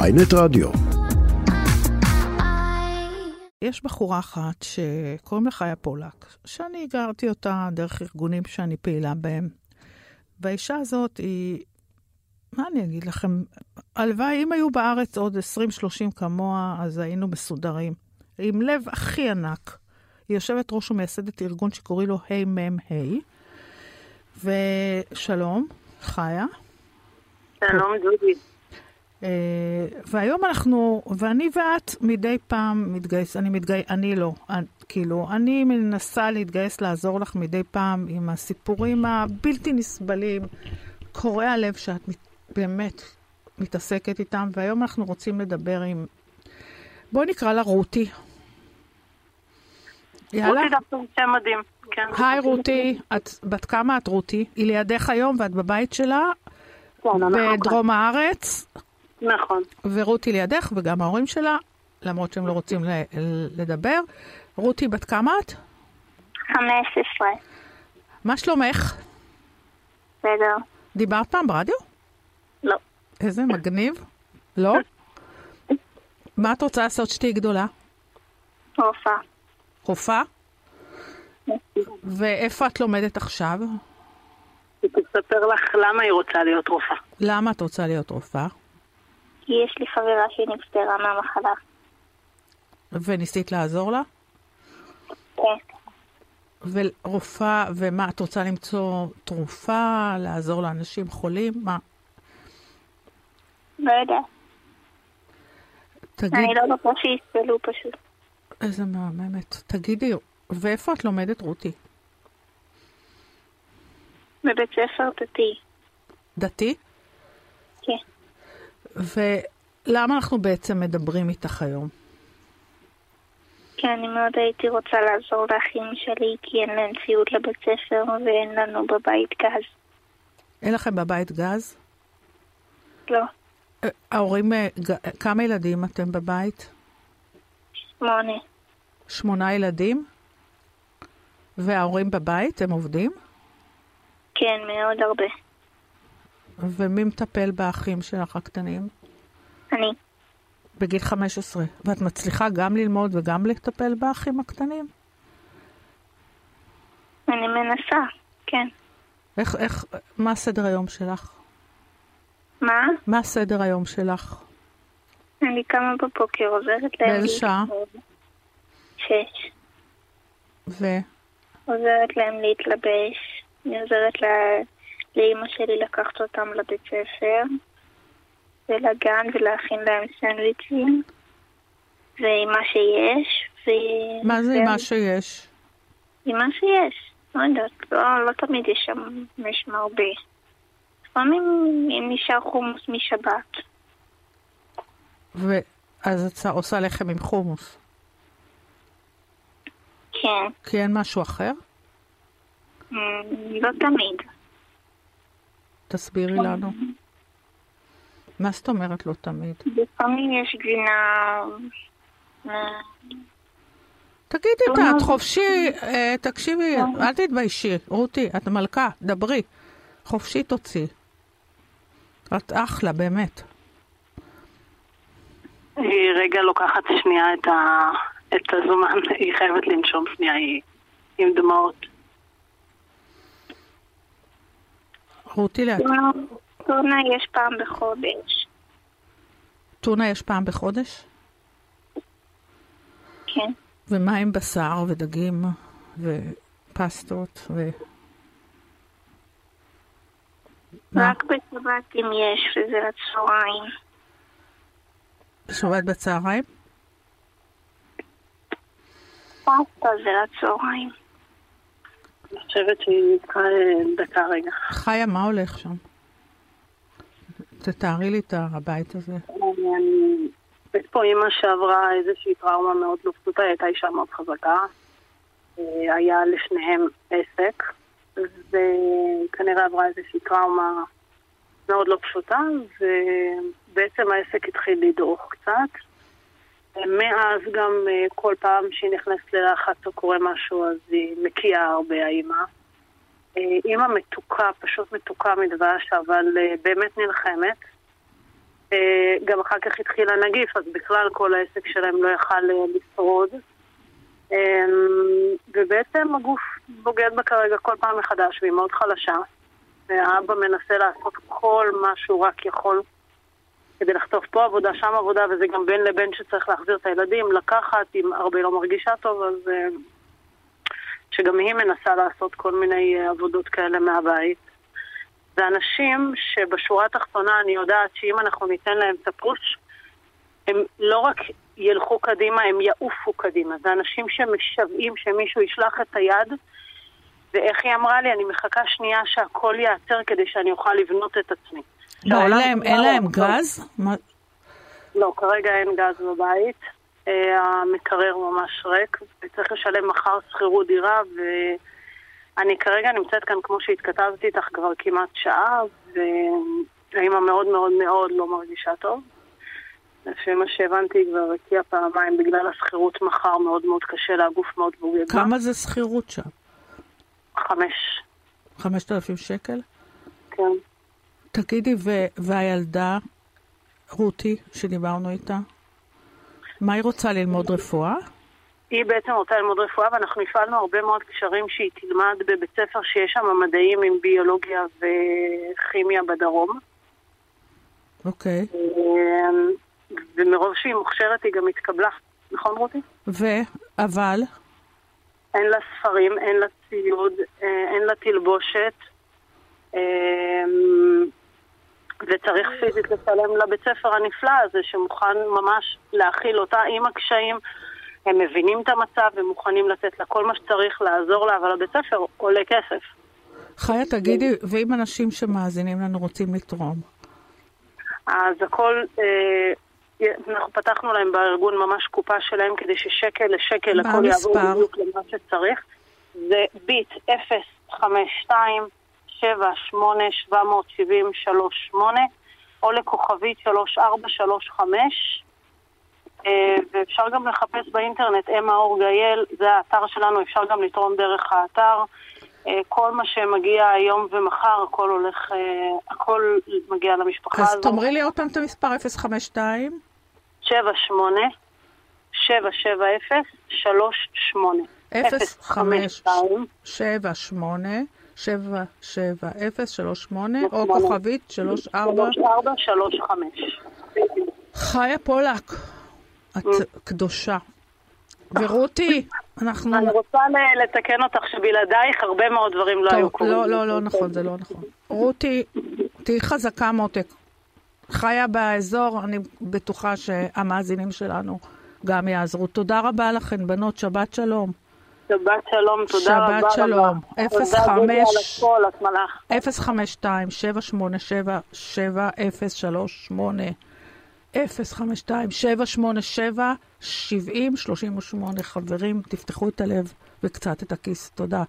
ויינט רדיו. יש בחורה אחת שקוראים לה חיה פולק, שאני הכרתי אותה דרך ארגונים שאני פעילה בהם. והאישה הזאת היא, מה אני אגיד לכם, הלוואי, אם היו בארץ עוד 20-30 כמוה, אז היינו מסודרים. היא עם לב הכי ענק. היא יושבת ראש ומייסדת ארגון שקוראים לו היי מם היי. ושלום, חיה. שלום דודי. אה, והיום אנחנו, ואני ואת מדי פעם מתגייס, אני מתגייס, אני לא, אני, כאילו, אני מנסה להתגייס לעזור לך מדי פעם עם הסיפורים הבלתי נסבלים, קורעי הלב שאת מת, באמת מתעסקת איתם, והיום אנחנו רוצים לדבר עם, בואי נקרא לה רותי. יאללה. רותי דווקא הוא שם מדהים. כן. היי רותי, את, בת כמה את רותי? היא לידך היום ואת בבית שלה כן, אנחנו- בדרום הארץ. נכון. ורותי לידך, וגם ההורים שלה, למרות שהם לא רוצים ל- לדבר. רותי, בת כמה את? 15. מה שלומך? בסדר. דיברת פעם ברדיו? לא. איזה מגניב. לא? מה את רוצה לעשות שתהיי גדולה? הופעה. רופאה? ואיפה את לומדת עכשיו? היא תספר לך למה היא רוצה להיות רופאה. למה את רוצה להיות רופאה? כי יש לי חברה שנפטרה מהמחלה. וניסית לעזור לה? כן. ורופאה, ומה, את רוצה למצוא תרופה, לעזור לאנשים חולים? מה? לא יודעת. תגיד... אני לא רוצה שיסבלו פשוט. איזה מהממת. תגידי, ואיפה את לומדת, רותי? בבית ספר דתי. דתי? כן. ולמה אנחנו בעצם מדברים איתך היום? כי אני מאוד הייתי רוצה לעזור לאחים שלי, כי אין להם ציוד לבית ספר ואין לנו בבית גז. אין לכם בבית גז? לא. אה, ההורים, אה, ג- אה, כמה ילדים אתם בבית? שמונה. שמונה ילדים? וההורים בבית, הם עובדים? כן, מאוד הרבה. ומי מטפל באחים שלך הקטנים? אני. בגיל 15. ואת מצליחה גם ללמוד וגם לטפל באחים הקטנים? אני מנסה. כן. איך, איך, מה סדר היום שלך? מה? מה סדר היום שלך? אני קמה בבוקר, עוזרת להם. באיזה שעה? שש. ו... עוזרת להם להתלבש, אני עוזרת לה... לאימא שלי לקחת אותם לבית ספר, ולגן ולהכין להם סנדוויצים, ועם מה שיש, ו... מה זה ו- מה שיש? עם מה שיש, לא יודעת, לא, לא תמיד יש שם, יש שם הרבה. לפעמים אם נשאר חומוס משבת, ואז את עושה לחם עם חומוס, כן, כי אין משהו אחר? אמ, לא תמיד. תסבירי לנו. מה זאת אומרת לא תמיד? לפעמים יש גבינה... אה, תגידי אותה, את חופשי, אה, תקשיבי, אל תתביישי. רותי, את מלכה, דברי. חופשי תוציא. את אחלה, באמת. היא רגע לוקחת שנייה את, ה... את הזמן, היא חייבת לנשום שנייה, היא עם דמעות. רותי, ליד טונה, טונה יש פעם בחודש, טונה יש פעם בחודש? כן. ומה עם בשר ודגים ופסטות ו... מה? רק בשבת אם יש, וזה לצהריים. שבת בצהריים? פסטה זה לצהריים. אני חושבת שהיא צריכה אה, דקה רגע. חיה, מה הולך שם? תתארי לי את הבית הזה. אני- יש פה אימא שעברה איזושהי טראומה מאוד לא פשוטה, היא הייתה אישה מאוד חזקה. אה, היה לשניהם עסק, וכנראה עברה איזושהי טראומה מאוד לא פשוטה, ובעצם העסק התחיל לדעוך קצת. מאז גם אה, כל פעם שהיא נכנסת ללחץ או קורה משהו, אז היא מקיאה הרבה, האימא. אה, אימא מתוקה, פשוט מתוקה מדבש, אבל אה, באמת נלחמת. אה, גם אחר כך התחיל הנגיף, אז בכלל כל העסק שלהם לא יכל אה, לשרוד. אה, ובעצם הגוף בוגד בה כרגע כל פעם מחדש, והיא מאוד חלשה. האבא מנסה לעשות כל מה שהוא רק יכול כדי לחטוף פה עבודה, שם עבודה, וזה גם בין לבין שצריך להחזיר את הילדים, לקחת, אם הרבה לא מרגישה טוב, אז... אה, שגם היא מנסה לעשות כל מיני אה, עבודות כאלה מהבית. זה אנשים שבשורה התחתונה אני יודעת שאם אנחנו ניתן להם את הפוש, הם לא רק ילכו קדימה, הם יעופו קדימה. זה אנשים שמשוועים שמישהו ישלח את היד, ואיך היא אמרה לי, אני מחכה שנייה שהכל ייעצר כדי שאני אוכל לבנות את עצמי. לא, אין שהעולם להם- כבר אין להם לא- גז? מה- לא, כרגע אין גז בבית. אה, המקרר ממש ריק, וצריך לשלם מחר שכירות דירה, ואני כרגע נמצאת כאן, כמו שהתכתבתי איתך, כבר כמעט שעה, והאימא מאוד מאוד מאוד לא מרגישה טוב. לפי מה שהבנתי, היא כבר הקיאה פעמיים בגלל השכירות מחר מאוד מאוד קשה לה, הגוף מאוד בוגד. בה. כמה זה שכירות שם? חמש, 5,000 שקל? כן. תגידי, ו- והילדה, רותי, שדיברנו איתה, מה היא רוצה ללמוד רפואה? היא בעצם רוצה ללמוד רפואה, ואנחנו הפעלנו הרבה מאוד קשרים שהיא תלמד בבית ספר שיש שם מדעים עם ביולוגיה וכימיה בדרום. אוקיי. אמ, ומרוב שהיא מוכשרת היא גם התקבלה, נכון רותי? ו... אבל? אין לה ספרים, אין לה ציוד, אה, אין לה תלבושת, אמ, וצריך פיזית לשלם לבית ספר הנפלא הזה שמוכן ממש להכיל אותה עם הקשיים. הם מבינים את המצב, הם מוכנים לתת לה כל מה שצריך, לעזור לה, אבל הבית ספר עולה כסף. חיה, תגידי, ואם אנשים שמאזינים לנו רוצים לתרום? אז הכל, אה, אנחנו פתחנו להם בארגון ממש קופה שלהם כדי ששקל לשקל מה הכל יעבור המספר? בדיוק למה שצריך. זה ביט 052-78-770-38 או לכוכבית 3435 אה, ואפשר גם לחפש באינטרנט אמה אור גייל, זה האתר שלנו, אפשר גם לתרום דרך האתר. אה, כל מה שמגיע היום ומחר, הכל הולך, אה, הכל מגיע למשפחה אז הזאת. תאמרי לי עוד פעם את המספר 052. 052 052-78-770-38 או כוכבית 34. 3435. חיה פולק, את קדושה. אה. ורותי, אנחנו... אני רוצה ל- לתקן אותך שבלעדייך הרבה מאוד דברים לא היו טוב, קורים. לא, לא, לא נכון, זה לא נכון. רותי, תהיי חזקה מותק. חיה באזור, אני בטוחה שהמאזינים שלנו גם יעזרו. תודה רבה לכן, בנות, שבת שלום. שבת שלום, תודה שבת רבה. שלום. רבה. 05. תודה רבה על הכל, את מלאך. 052-787-7038. 052-787-7038. חברים, תפתחו את הלב וקצת את הכיס. תודה.